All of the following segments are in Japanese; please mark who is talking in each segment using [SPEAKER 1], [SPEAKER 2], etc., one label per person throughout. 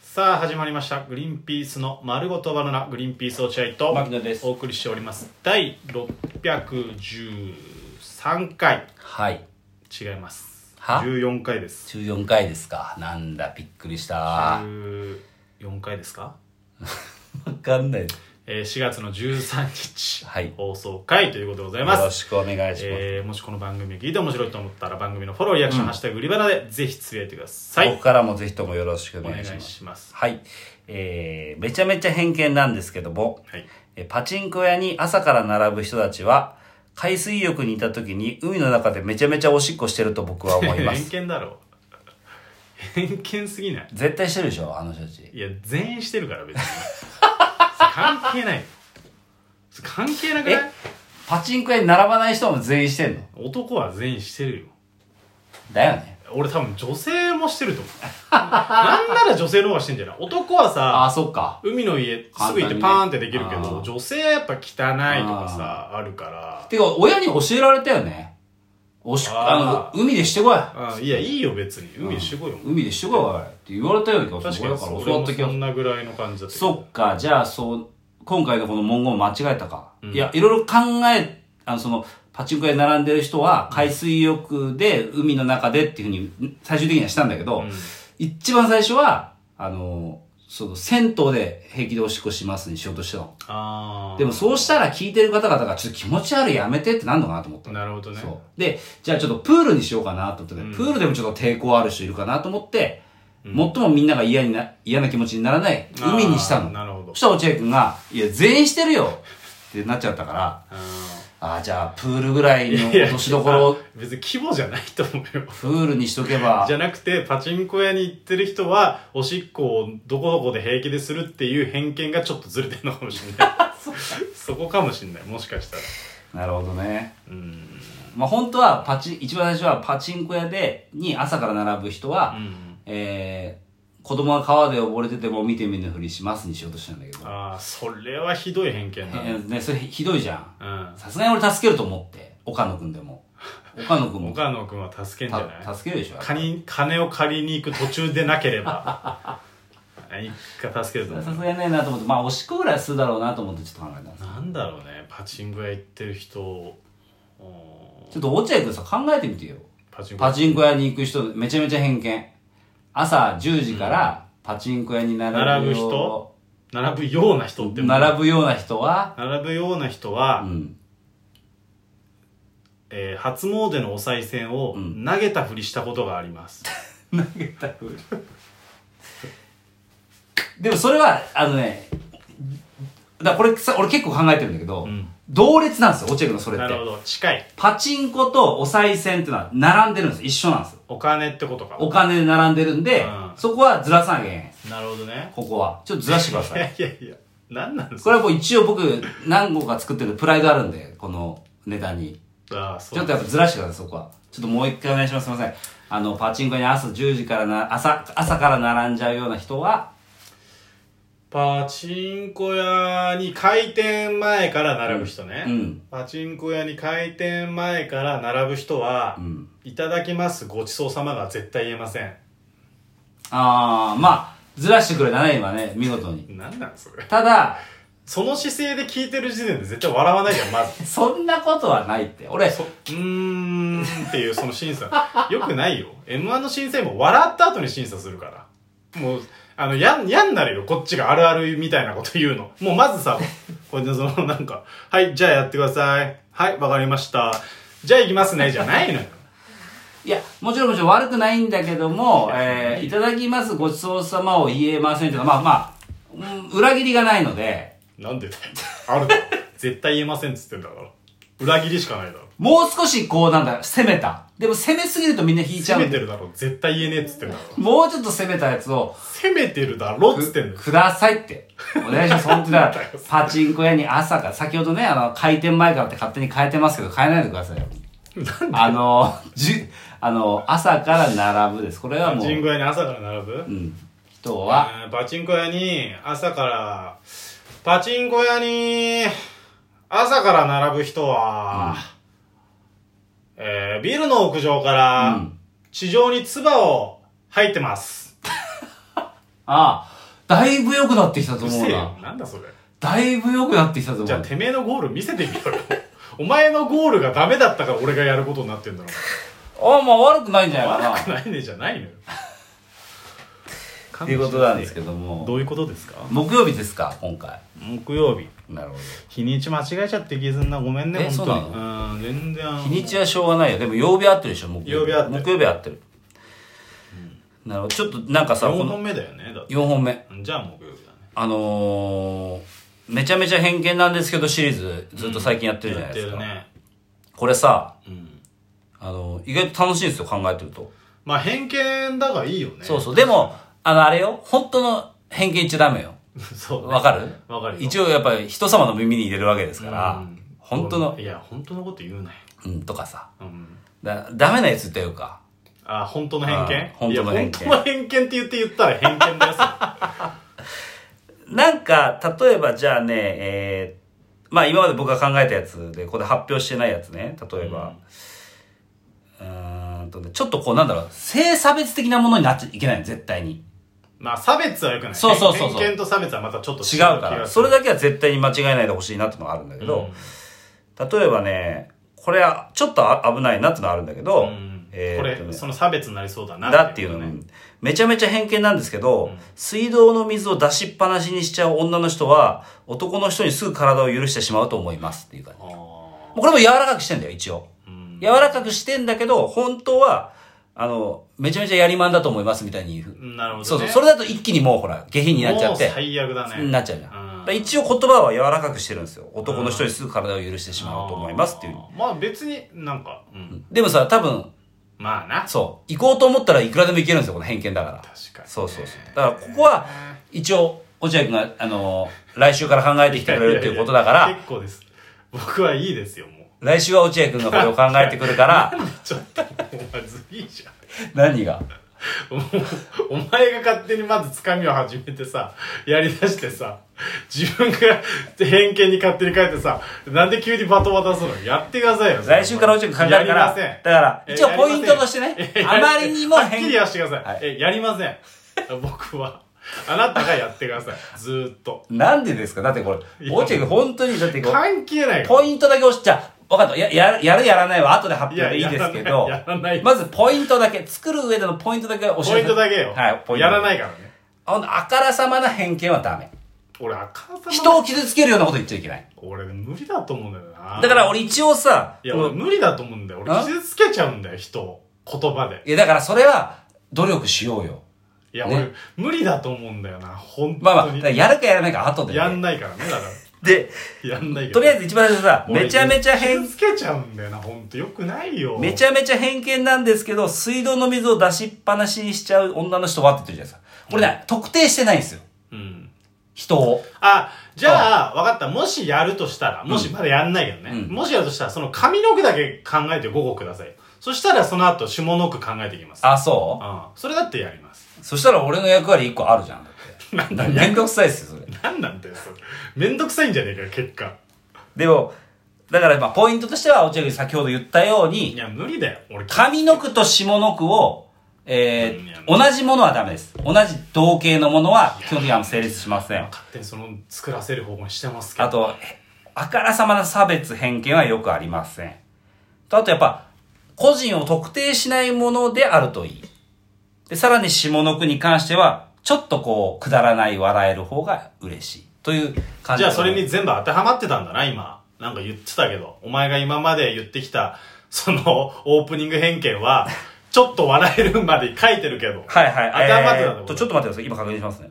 [SPEAKER 1] さあ始まりました「グリーンピースの丸ごとバナナ」グリーンピース落合と
[SPEAKER 2] 牧野です
[SPEAKER 1] お送りしております第613回
[SPEAKER 2] はい
[SPEAKER 1] 違います
[SPEAKER 2] は
[SPEAKER 1] 14回です
[SPEAKER 2] 14回ですかなんだびっくりした
[SPEAKER 1] 14回ですか、
[SPEAKER 2] 分かんない
[SPEAKER 1] えー、4月の13日、
[SPEAKER 2] はい
[SPEAKER 1] 放送回ということでござい
[SPEAKER 2] よ
[SPEAKER 1] ます
[SPEAKER 2] ろしくお願いします、
[SPEAKER 1] えーもしこの番組を聞いて面白いと思ったら番組のフォローリアクション、ハッシュタグ売り場でぜひつぶやいてくださ
[SPEAKER 2] こ
[SPEAKER 1] い
[SPEAKER 2] こからもぜひともよろしくお
[SPEAKER 1] お願
[SPEAKER 2] 願いしま
[SPEAKER 1] い
[SPEAKER 2] す
[SPEAKER 1] します
[SPEAKER 2] はいえー、めちゃめちゃ偏見なんですけども、
[SPEAKER 1] はい
[SPEAKER 2] えーパチンコ屋に朝から並ぶ人たちは海水浴にいた時に海の中でめちゃめちゃおしっこしてると僕は思いま
[SPEAKER 1] 偏
[SPEAKER 2] す
[SPEAKER 1] 見だろ偏見すぎない
[SPEAKER 2] 絶対してるでしょあの人たち
[SPEAKER 1] いや全員してるから別に 関係ないそれ関係なくない
[SPEAKER 2] えパチンコ屋に並ばない人も全員してんの
[SPEAKER 1] 男は全員してるよ
[SPEAKER 2] だよね
[SPEAKER 1] 俺多分女性もしてると思うなんなら女性の方がしてんじゃない男は
[SPEAKER 2] ああ
[SPEAKER 1] さ
[SPEAKER 2] そっか
[SPEAKER 1] 海の家すぐ行ってパーンってできるけど、女性はやっぱ汚いとかさあるから
[SPEAKER 2] てか、親に教えられたよね。おし、
[SPEAKER 1] あ
[SPEAKER 2] あの、海でしてこい。
[SPEAKER 1] あいやいいよ別に海でしてこいよ、
[SPEAKER 2] 海でしてこい、おい。って言われたような気が
[SPEAKER 1] 確
[SPEAKER 2] す
[SPEAKER 1] か
[SPEAKER 2] る。
[SPEAKER 1] に
[SPEAKER 2] 親から
[SPEAKER 1] そ
[SPEAKER 2] 教わ
[SPEAKER 1] れ
[SPEAKER 2] っ
[SPEAKER 1] も
[SPEAKER 2] た気が
[SPEAKER 1] そ
[SPEAKER 2] す
[SPEAKER 1] ん
[SPEAKER 2] る。
[SPEAKER 1] なぐらいの感じだったけど
[SPEAKER 2] そっか、じゃあ、そう、今回のこの文言を間違えたか。いや、いろいろ考え、あの、その、パチンコ屋に並んでる人は、海水浴で、海の中でっていうふうに、最終的にはしたんだけど、
[SPEAKER 1] ん
[SPEAKER 2] 一番最初は、あの、その、銭湯で平気でおしっこしますにしようとしてたの。
[SPEAKER 1] ああ
[SPEAKER 2] でもそうしたら聞いてる方々が、ちょっと気持ち悪いやめてってなんのかなと思った。
[SPEAKER 1] なるほどね
[SPEAKER 2] そう。で、じゃあちょっとプールにしようかなと思ってね、プールでもちょっと抵抗ある人いるかなと思って、最もみんなが嫌にな、嫌な気持ちにならない海にした
[SPEAKER 1] あー
[SPEAKER 2] の。
[SPEAKER 1] なるほど
[SPEAKER 2] そしたら落合くんが、いや、全員してるよってなっちゃったから、ああ、じゃあプールぐらいの
[SPEAKER 1] いや
[SPEAKER 2] 落としどころを
[SPEAKER 1] 別に規模じゃないと思うよ
[SPEAKER 2] プールにしとけば
[SPEAKER 1] じ、ゃなくてパチンコ屋に行ってる人はおしっこをどこどこで平気でするっていう偏見がちょっとずれてるのかもしれ ないそこかもしれないもしかしたら
[SPEAKER 2] なるほどね。
[SPEAKER 1] うん
[SPEAKER 2] まあ本当はパチン、一番最初はパチンコ屋で、に朝から並ぶ人は、
[SPEAKER 1] うん
[SPEAKER 2] えー、子供が川で溺れてても見て見ぬふりしますにしようとしたんだけど、
[SPEAKER 1] ああそれはひどい偏見だ
[SPEAKER 2] え
[SPEAKER 1] ね
[SPEAKER 2] ーね、それひどいじゃん。
[SPEAKER 1] うん
[SPEAKER 2] さすがに俺助けると思って岡野くんでも岡野くんも
[SPEAKER 1] 岡野君は助けんじゃない
[SPEAKER 2] た助けるでしょ
[SPEAKER 1] カニ金を借りに行く途中でなければ 一回助けると
[SPEAKER 2] さ
[SPEAKER 1] 思
[SPEAKER 2] す
[SPEAKER 1] う
[SPEAKER 2] がにないなと思ってまあおしっこぐらいするだろうなと思ってちょっと考えたんです
[SPEAKER 1] なんだろうねパチンコ屋行ってる人うん
[SPEAKER 2] ちょっと落合君さ考えてみてよ
[SPEAKER 1] パチンコ
[SPEAKER 2] パチンコ屋に行く人めちゃめちゃ偏見朝10時からパチンコ屋に並ぶ
[SPEAKER 1] 並ぶ
[SPEAKER 2] よ
[SPEAKER 1] 人並ぶような人って
[SPEAKER 2] 並ぶような人は
[SPEAKER 1] 並ぶような人は、
[SPEAKER 2] うん
[SPEAKER 1] えー初詣のお賽銭を
[SPEAKER 2] ん
[SPEAKER 1] 投げたふりしたことがあります、
[SPEAKER 2] 投げたふり でもそれはあのねだからこれさ俺結構考えてるんだけど、
[SPEAKER 1] ん
[SPEAKER 2] 同列なんですよ落合君のそれって
[SPEAKER 1] なるほど近い
[SPEAKER 2] パチンコとお賽銭ってのは並んでるんです。一緒なんです。
[SPEAKER 1] お金ってことか
[SPEAKER 2] お金で並んでるんで、
[SPEAKER 1] うん
[SPEAKER 2] そこはずらさなきゃいけないです。
[SPEAKER 1] なるほどね
[SPEAKER 2] ここは。ちょっとずらしてくだ
[SPEAKER 1] い
[SPEAKER 2] さ
[SPEAKER 1] や
[SPEAKER 2] い。
[SPEAKER 1] いやいや何なんです
[SPEAKER 2] こ
[SPEAKER 1] か
[SPEAKER 2] れはもう一応僕何個か作ってるんでプライドあるんで、この値段に。
[SPEAKER 1] ああそ
[SPEAKER 2] ちょっ
[SPEAKER 1] う
[SPEAKER 2] とやっぱずらしてください、そこは。ちょっともう一回お願いします。すいません。あの、パチンコに朝10時からな、朝、朝から並んじゃうような人は、
[SPEAKER 1] パチンコ屋に開店前から並ぶ人ね、
[SPEAKER 2] うん。
[SPEAKER 1] パチンコ屋に開店前から並ぶ人は、
[SPEAKER 2] うん。
[SPEAKER 1] いただきますごちそうさまが絶対言えません
[SPEAKER 2] あー、まあ、ずらしてくれたね、今ね、見事に。
[SPEAKER 1] 何なんそれ
[SPEAKER 2] ただ、
[SPEAKER 1] その姿勢で聞いてる時点で絶対笑わないじゃんまず
[SPEAKER 2] そんなことはないって。俺、
[SPEAKER 1] そうーんっていうその審査。よくないよ。M1 の審査員も笑った後に審査するから。もう、あの、やん、やんなるよ。こっちがあるあるみたいなこと言うの。もうまずさ、これでその、なんか、はい、じゃあやってください。はい、わかりました。じゃあ行きますね、じゃないのよ。
[SPEAKER 2] いや、もちろんもちろん悪くないんだけども、えー、いただきますごちそうさまを言えませんというのは、まあまあ、うん裏切りがないので、
[SPEAKER 1] なんでだよ。あるだろ。絶対言えませんっつってんだから。裏切りしかないだろ。
[SPEAKER 2] もう少しこうなんだ、攻めた。でも攻めすぎるとみんな引いちゃ
[SPEAKER 1] 攻
[SPEAKER 2] う
[SPEAKER 1] め
[SPEAKER 2] ん
[SPEAKER 1] て
[SPEAKER 2] で。
[SPEAKER 1] るだろ。絶対言えねえっつってんだから。
[SPEAKER 2] もうちょっと攻めたやつを、
[SPEAKER 1] 攻めてるだろっつってんだよ。
[SPEAKER 2] くださいって。お願いします。本当 だ
[SPEAKER 1] なんだよ。
[SPEAKER 2] パチンコ屋に朝から、先ほどね、あの、開店前からって勝手に変えてますけど、変えないでくださいよ。あの、じゅ、あの、朝から並ぶです。これは
[SPEAKER 1] パ
[SPEAKER 2] もう、
[SPEAKER 1] チン
[SPEAKER 2] う
[SPEAKER 1] コ屋に朝から並ぶ
[SPEAKER 2] ん、人は、
[SPEAKER 1] えーパチンコ屋に朝からパチンコ屋に朝から並ぶ人は、えービルの屋上から
[SPEAKER 2] うん
[SPEAKER 1] 地上に唾を吐いてます、
[SPEAKER 2] ああ、だいぶ良くなってきたと思う
[SPEAKER 1] せえ
[SPEAKER 2] な
[SPEAKER 1] よ。なんだそれ
[SPEAKER 2] だいぶ良くなってきたと思う。
[SPEAKER 1] じゃあてめえのゴール見せてみろよお前のゴールがダメだったから俺がやることになってんだろ
[SPEAKER 2] あまあ悪くないんじゃないか
[SPEAKER 1] 悪くないねじゃないのよ
[SPEAKER 2] な。 っていうことなんですけども。
[SPEAKER 1] どういうことですか
[SPEAKER 2] 木曜日ですか、今回。
[SPEAKER 1] 木曜日
[SPEAKER 2] なるほ
[SPEAKER 1] 日にち間違えちゃって気すんなごめんね
[SPEAKER 2] え
[SPEAKER 1] 本
[SPEAKER 2] そう
[SPEAKER 1] 当
[SPEAKER 2] な
[SPEAKER 1] にうん全然
[SPEAKER 2] ど。日にちはしょうがないよ。でも曜日合ってるでしょ、木
[SPEAKER 1] 曜日合ってる
[SPEAKER 2] 木曜日合ってる。なるほど。ちょっとなんかさ、こ
[SPEAKER 1] 4
[SPEAKER 2] の
[SPEAKER 1] 本目だよねだって
[SPEAKER 2] 4本目。
[SPEAKER 1] じゃあ木曜日だね
[SPEAKER 2] あのー、めちゃめちゃ偏見なんですけどシリーズずっと最近やってるじゃないですか。
[SPEAKER 1] やって
[SPEAKER 2] これさ、
[SPEAKER 1] るねうん
[SPEAKER 2] あのー意外と楽しいんですよ、考えてると。
[SPEAKER 1] まあ偏見だがいいよね
[SPEAKER 2] そうそう。でも、あの、あれよ、本当の偏見言っちゃダメよ。
[SPEAKER 1] うそうね
[SPEAKER 2] わかる
[SPEAKER 1] わかるよ
[SPEAKER 2] 一応やっぱり人様の耳に入れるわけですから、
[SPEAKER 1] うん
[SPEAKER 2] 本当の、
[SPEAKER 1] いや本当のこと言うなよ
[SPEAKER 2] うん、とかさ、
[SPEAKER 1] うん
[SPEAKER 2] だダメなやつというか、
[SPEAKER 1] あ本当の偏見
[SPEAKER 2] あ本当の
[SPEAKER 1] いや本
[SPEAKER 2] 偏見
[SPEAKER 1] 当の偏見って言って言ったら偏見だよそれ
[SPEAKER 2] なんか、例えばじゃあね、えーまあ今まで僕が考えたやつで、ここで発表してないやつね、例えば、うーんとね、ちょっとこうなんだろう、性差別的なものになっちゃいけないの、絶対に。
[SPEAKER 1] まあ差別はよくない
[SPEAKER 2] そうそうそうそう
[SPEAKER 1] 偏見と差別はまたちょっと
[SPEAKER 2] 違う
[SPEAKER 1] 気が
[SPEAKER 2] から、
[SPEAKER 1] す
[SPEAKER 2] そ
[SPEAKER 1] る
[SPEAKER 2] れだけは絶対に間違えないでほしいなってのがあるんだけど、例えばね、これはちょっとあ危ないなってのはあるんだけど、
[SPEAKER 1] うんうん
[SPEAKER 2] え
[SPEAKER 1] こ
[SPEAKER 2] ーっと
[SPEAKER 1] れ
[SPEAKER 2] ね
[SPEAKER 1] その差別になりそうだな
[SPEAKER 2] だっていうのね、めちゃめちゃ偏見なんですけど、水道の水を出しっぱなしにしちゃう女の人は、男の人にすぐ体を許してしまうと思いますっていう感じ。
[SPEAKER 1] あー
[SPEAKER 2] これも柔らかくしてんだよ、一応。
[SPEAKER 1] うん
[SPEAKER 2] 柔らかくしてんだけど、本当は、あの、めちゃめちゃやりまんだと思いますみたいに言う。
[SPEAKER 1] なるほどね
[SPEAKER 2] そうそう、それだと一気にもうほら、下品になっちゃって。
[SPEAKER 1] もう最悪だね
[SPEAKER 2] なっちゃうじゃん。
[SPEAKER 1] うん
[SPEAKER 2] だから一応言葉は柔らかくしてるんですよ。男の人にすぐ体を許してしまうと思いますっていう。
[SPEAKER 1] あーまあ別になんか、うん、
[SPEAKER 2] でもさ、多分、
[SPEAKER 1] まあな
[SPEAKER 2] そう、行こうと思ったらいくらでも行けるんですよ、この偏見だから。
[SPEAKER 1] 確かに
[SPEAKER 2] そうそうそう。だからここは、一応、落合君が、あのー来週から考えてきてくれるっていうことだか
[SPEAKER 1] いやいやいや
[SPEAKER 2] ら、
[SPEAKER 1] 結構です僕はいいですよもう
[SPEAKER 2] 来週は落合君がこれを考えてくるから、
[SPEAKER 1] ちょっとお前ずるいじゃん
[SPEAKER 2] 何が
[SPEAKER 1] おお前が勝手にまずつかみを始めてさ、やりだしてさ、自分が偏見に勝手に変えてさ、なんで急にバトン渡すのやってくださいよ。
[SPEAKER 2] 来週から落合君考えるから、
[SPEAKER 1] やりません
[SPEAKER 2] だから、
[SPEAKER 1] え
[SPEAKER 2] 一応
[SPEAKER 1] やりま
[SPEAKER 2] ポ
[SPEAKER 1] せん
[SPEAKER 2] イントとしてね、あまりにも
[SPEAKER 1] はっきり
[SPEAKER 2] 変
[SPEAKER 1] はしてください。
[SPEAKER 2] はい
[SPEAKER 1] え、やりません。僕は。あなたがやってください。ずーっと。
[SPEAKER 2] なんでですかだってこれ、落合君本当に、だってこう
[SPEAKER 1] 関係ないから
[SPEAKER 2] ポイントだけ押しちゃう。わかった。や、やる、やるやらないは後で発表でいいですけど
[SPEAKER 1] いややらないやらな、い
[SPEAKER 2] まずポイントだけ、作る上でのポイントだけ押し
[SPEAKER 1] ポイントだけよ。
[SPEAKER 2] はい、ポイント。
[SPEAKER 1] やら
[SPEAKER 2] い。
[SPEAKER 1] ないからね。
[SPEAKER 2] あの、あからさまな偏見はダメ。
[SPEAKER 1] 俺、あかんさま
[SPEAKER 2] 人を傷つけるようなこと言っちゃいけない。
[SPEAKER 1] 俺、無理だと思うんだよな。
[SPEAKER 2] だから、俺一応さ、
[SPEAKER 1] いや、
[SPEAKER 2] この
[SPEAKER 1] 俺無理だと思うんだよ。俺、
[SPEAKER 2] あ
[SPEAKER 1] 傷つけちゃうんだよ、人を。言葉で。
[SPEAKER 2] いやだからそれは努力しようよ。
[SPEAKER 1] いや、
[SPEAKER 2] ね
[SPEAKER 1] 俺、無理だと思うんだよな、本
[SPEAKER 2] まあまあ、
[SPEAKER 1] 当
[SPEAKER 2] だ
[SPEAKER 1] に。
[SPEAKER 2] からやるかやらないかは後で、
[SPEAKER 1] やん
[SPEAKER 2] ね。
[SPEAKER 1] ないからね、だか
[SPEAKER 2] で、
[SPEAKER 1] ら。やんないけど。
[SPEAKER 2] とりあえず一番最初さ、
[SPEAKER 1] 俺
[SPEAKER 2] めちゃめちゃ偏
[SPEAKER 1] 傷つけちゃうんだよな、ほんと。よくないよ。
[SPEAKER 2] めちゃめちゃ偏見なんですけど、水道の水を出しっぱなしにしちゃう女の人はって言ってるじゃないですか。これね、特定してないんですよ。
[SPEAKER 1] うん。
[SPEAKER 2] 人を。
[SPEAKER 1] あ、じゃあ、わかった。もしやるとしたら、もしまだやんないけどね。
[SPEAKER 2] うん
[SPEAKER 1] もしやるとしたら、その上の句だけ考えて5個ください。そしたら、その後、下の句考えていきます。
[SPEAKER 2] あ、そう
[SPEAKER 1] うん。それだってやります。
[SPEAKER 2] そしたら俺の役割一個あるじゃん。だっ て
[SPEAKER 1] なんだ
[SPEAKER 2] めんどくさいっすよ、それ。
[SPEAKER 1] なんなんだよ、それ。めんどくさいんじゃねえかよ、結果。
[SPEAKER 2] でも、だからまあポイントとしては、落合君先ほど言ったよう
[SPEAKER 1] い
[SPEAKER 2] に、
[SPEAKER 1] や、無理だよ。俺、
[SPEAKER 2] 上の句と下の句を、え
[SPEAKER 1] うんいや
[SPEAKER 2] ー、同じものはダメです。同じ同型のものは基本的には成立しません。
[SPEAKER 1] 勝手にその、作らせる方向にしてますけど。
[SPEAKER 2] あと、えあからさまな差別偏見はよくありません。とあとやっぱ、個人を特定しないものであるといい。で、さらに下の句に関しては、ちょっとこう、くだらない笑える方が嬉しい。という感
[SPEAKER 1] じ
[SPEAKER 2] じ
[SPEAKER 1] ゃ
[SPEAKER 2] だ
[SPEAKER 1] あ
[SPEAKER 2] と
[SPEAKER 1] それ
[SPEAKER 2] 思います
[SPEAKER 1] に全部当てはまってたんだな、今。なんか言ってたけど、お前が今まで言ってきた、その、オープニング偏見は、ちょっと笑えるまで書いてるけど。
[SPEAKER 2] はいはい。
[SPEAKER 1] 当てはまってたんだ
[SPEAKER 2] えーっ、
[SPEAKER 1] ことれ
[SPEAKER 2] ちょっと待ってください。今確認しますね。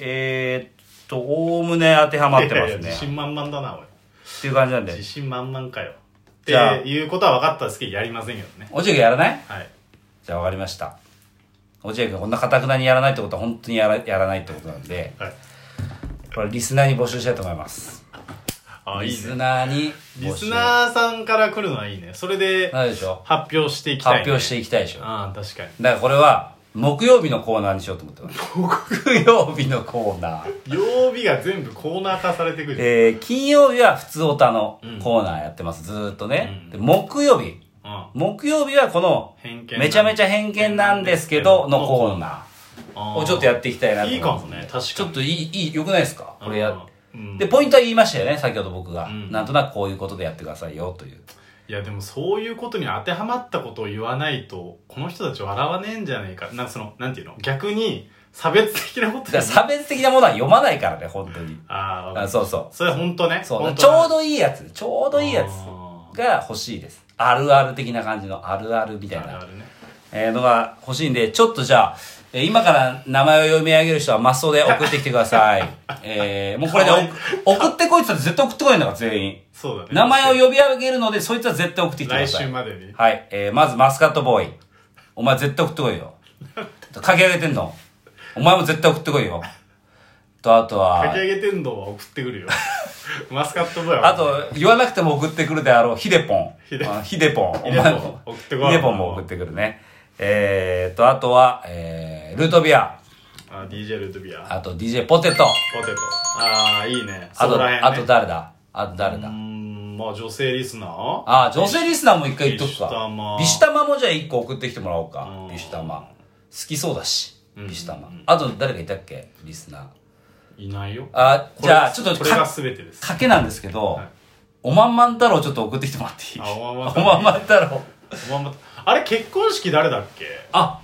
[SPEAKER 2] えー、っと、おおむね当てはまってま
[SPEAKER 1] いやい
[SPEAKER 2] す
[SPEAKER 1] や
[SPEAKER 2] ね。
[SPEAKER 1] 自
[SPEAKER 2] っ
[SPEAKER 1] 信満々だな、俺。
[SPEAKER 2] ていう感じなんで
[SPEAKER 1] 自。信満々かよ。っ
[SPEAKER 2] じゃあ
[SPEAKER 1] ていうことは分かったんですけど、やりませんけどね。
[SPEAKER 2] おじいがやらない
[SPEAKER 1] はい。
[SPEAKER 2] じゃあわかりました。おじいがこんなかたくなにやらないってことは本当にやらやらないってことなんで、
[SPEAKER 1] はい。
[SPEAKER 2] これリスナーに募集したいと思います。
[SPEAKER 1] あ、い
[SPEAKER 2] リ
[SPEAKER 1] い
[SPEAKER 2] ス
[SPEAKER 1] ね。
[SPEAKER 2] ナーに募集。
[SPEAKER 1] リスナーさんから来るのはいいね。それで、
[SPEAKER 2] なんでしょ
[SPEAKER 1] 発表していき
[SPEAKER 2] う
[SPEAKER 1] たい、ね。
[SPEAKER 2] 発表していきたいでしょ。だか
[SPEAKER 1] ああ、確かに。
[SPEAKER 2] らこれは、木曜日のコーナーにしようと思ってます。木曜日のコーナ ー。
[SPEAKER 1] 曜日が全部コーナー化されてくる。
[SPEAKER 2] えー、金曜日は普通おたのコーナーやってます。ずーっとね。で木曜日。
[SPEAKER 1] うん。
[SPEAKER 2] 木曜日はこの
[SPEAKER 1] 偏見なんで
[SPEAKER 2] めちゃめちゃ偏見なんですけどのコーナーをちょっとや
[SPEAKER 1] っ
[SPEAKER 2] っていきたいなと
[SPEAKER 1] いいかもね確かに
[SPEAKER 2] ちょっといい、いい、良くないですかこれや、
[SPEAKER 1] うん
[SPEAKER 2] で、ポイントは言いましたよね、先ほど僕が。
[SPEAKER 1] ん
[SPEAKER 2] なんとなくこういうことでやってくださいよ、という。
[SPEAKER 1] いやでもそういうことに当てはまったことを言わないとこの人たち笑わねえんじゃねえかなんかそのなんていうの逆に差別的なこ
[SPEAKER 2] だ
[SPEAKER 1] と
[SPEAKER 2] から差別的なものは読まないからね、本当に。
[SPEAKER 1] あ
[SPEAKER 2] あ
[SPEAKER 1] あ
[SPEAKER 2] そうそう。
[SPEAKER 1] それ本当ね
[SPEAKER 2] そう
[SPEAKER 1] 本
[SPEAKER 2] ち
[SPEAKER 1] 当
[SPEAKER 2] ょう
[SPEAKER 1] だ
[SPEAKER 2] どいいやつ、ちょうどいいや
[SPEAKER 1] あ
[SPEAKER 2] つが欲しいです。あるある的な感じのあるあるみたい
[SPEAKER 1] ある
[SPEAKER 2] な
[SPEAKER 1] あるね
[SPEAKER 2] えーのが欲しいんで、ちょっとじゃあ、えー今から名前を読み上げる人はマッソで送ってきてくだ さい。えー、もうこれで
[SPEAKER 1] かわいい
[SPEAKER 2] お送ってこいって言ったら絶対送ってこないんだから、全員。
[SPEAKER 1] そうだね
[SPEAKER 2] 名前を呼び上げるので、そいつは絶対送ってきてくだ
[SPEAKER 1] 来
[SPEAKER 2] さい。
[SPEAKER 1] 週までに
[SPEAKER 2] はい、えー、まずマスカットボーイ。お前絶対送ってこい よ。書き上げてんの。お前も絶対送ってこいよ。と、あとは。
[SPEAKER 1] かき上げ天童は送ってく るよマスカットボーイは
[SPEAKER 2] あと、言わなくても送ってくるであろう、ヒデポン。
[SPEAKER 1] ヒデ
[SPEAKER 2] あヒデポン。
[SPEAKER 1] ヒデポン
[SPEAKER 2] お前も
[SPEAKER 1] 送ってこい
[SPEAKER 2] ヒデポンも送ってくるね。えーと、あとは、えー、ルートビア。
[SPEAKER 1] あ DJ ルートビア
[SPEAKER 2] あと、DJ ポテト。
[SPEAKER 1] ポテトああいいね
[SPEAKER 2] あ、
[SPEAKER 1] そことらへんね
[SPEAKER 2] あと誰だあと誰
[SPEAKER 1] うー
[SPEAKER 2] だ
[SPEAKER 1] んまあ女性リスナー
[SPEAKER 2] あー、女性リスナーも一回言っとく
[SPEAKER 1] ビシュタ
[SPEAKER 2] か
[SPEAKER 1] マ。
[SPEAKER 2] ビシュタマもじゃあ一個送ってきてもらおうか
[SPEAKER 1] う。ん
[SPEAKER 2] ビシュタマ。好きそうだし。
[SPEAKER 1] うん
[SPEAKER 2] ビシュタマ。あと誰がいたっけリスナー。
[SPEAKER 1] いないよ
[SPEAKER 2] あー、じゃあ、
[SPEAKER 1] こ
[SPEAKER 2] ち
[SPEAKER 1] れ
[SPEAKER 2] ょっ
[SPEAKER 1] こ
[SPEAKER 2] と
[SPEAKER 1] れが
[SPEAKER 2] か、
[SPEAKER 1] 全てです
[SPEAKER 2] 賭けなんですけど
[SPEAKER 1] はい、
[SPEAKER 2] おまんまん太郎ちょっと送ってきてもらっていい
[SPEAKER 1] あおまんまん
[SPEAKER 2] お
[SPEAKER 1] 太郎
[SPEAKER 2] まんまん太郎。
[SPEAKER 1] まんまあれ結婚式誰だっけ
[SPEAKER 2] あ、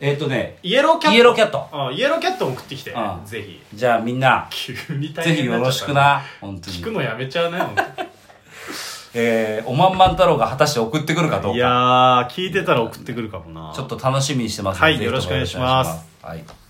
[SPEAKER 2] えっ、とね、
[SPEAKER 1] イエローキャット
[SPEAKER 2] イエローキャット
[SPEAKER 1] あイエローキャット送ってきて
[SPEAKER 2] うん
[SPEAKER 1] ぜひ
[SPEAKER 2] じゃあみんな、
[SPEAKER 1] 急に大
[SPEAKER 2] ぜひ
[SPEAKER 1] 変に
[SPEAKER 2] よ
[SPEAKER 1] な
[SPEAKER 2] ろ
[SPEAKER 1] っ
[SPEAKER 2] し
[SPEAKER 1] ちゃ
[SPEAKER 2] く
[SPEAKER 1] ったな
[SPEAKER 2] な、本当
[SPEAKER 1] 聞く
[SPEAKER 2] に。
[SPEAKER 1] のやめちゃうね 本当に
[SPEAKER 2] えー、おまんまん太郎が果たして送ってくるかどう
[SPEAKER 1] い
[SPEAKER 2] か、
[SPEAKER 1] やー、聞いてたら送ってくるかもな。
[SPEAKER 2] ちょっと楽しみにしてますので
[SPEAKER 1] はい
[SPEAKER 2] ぜひと
[SPEAKER 1] よ
[SPEAKER 2] も
[SPEAKER 1] ろしくお願いします
[SPEAKER 2] よろしくお願いします。はい。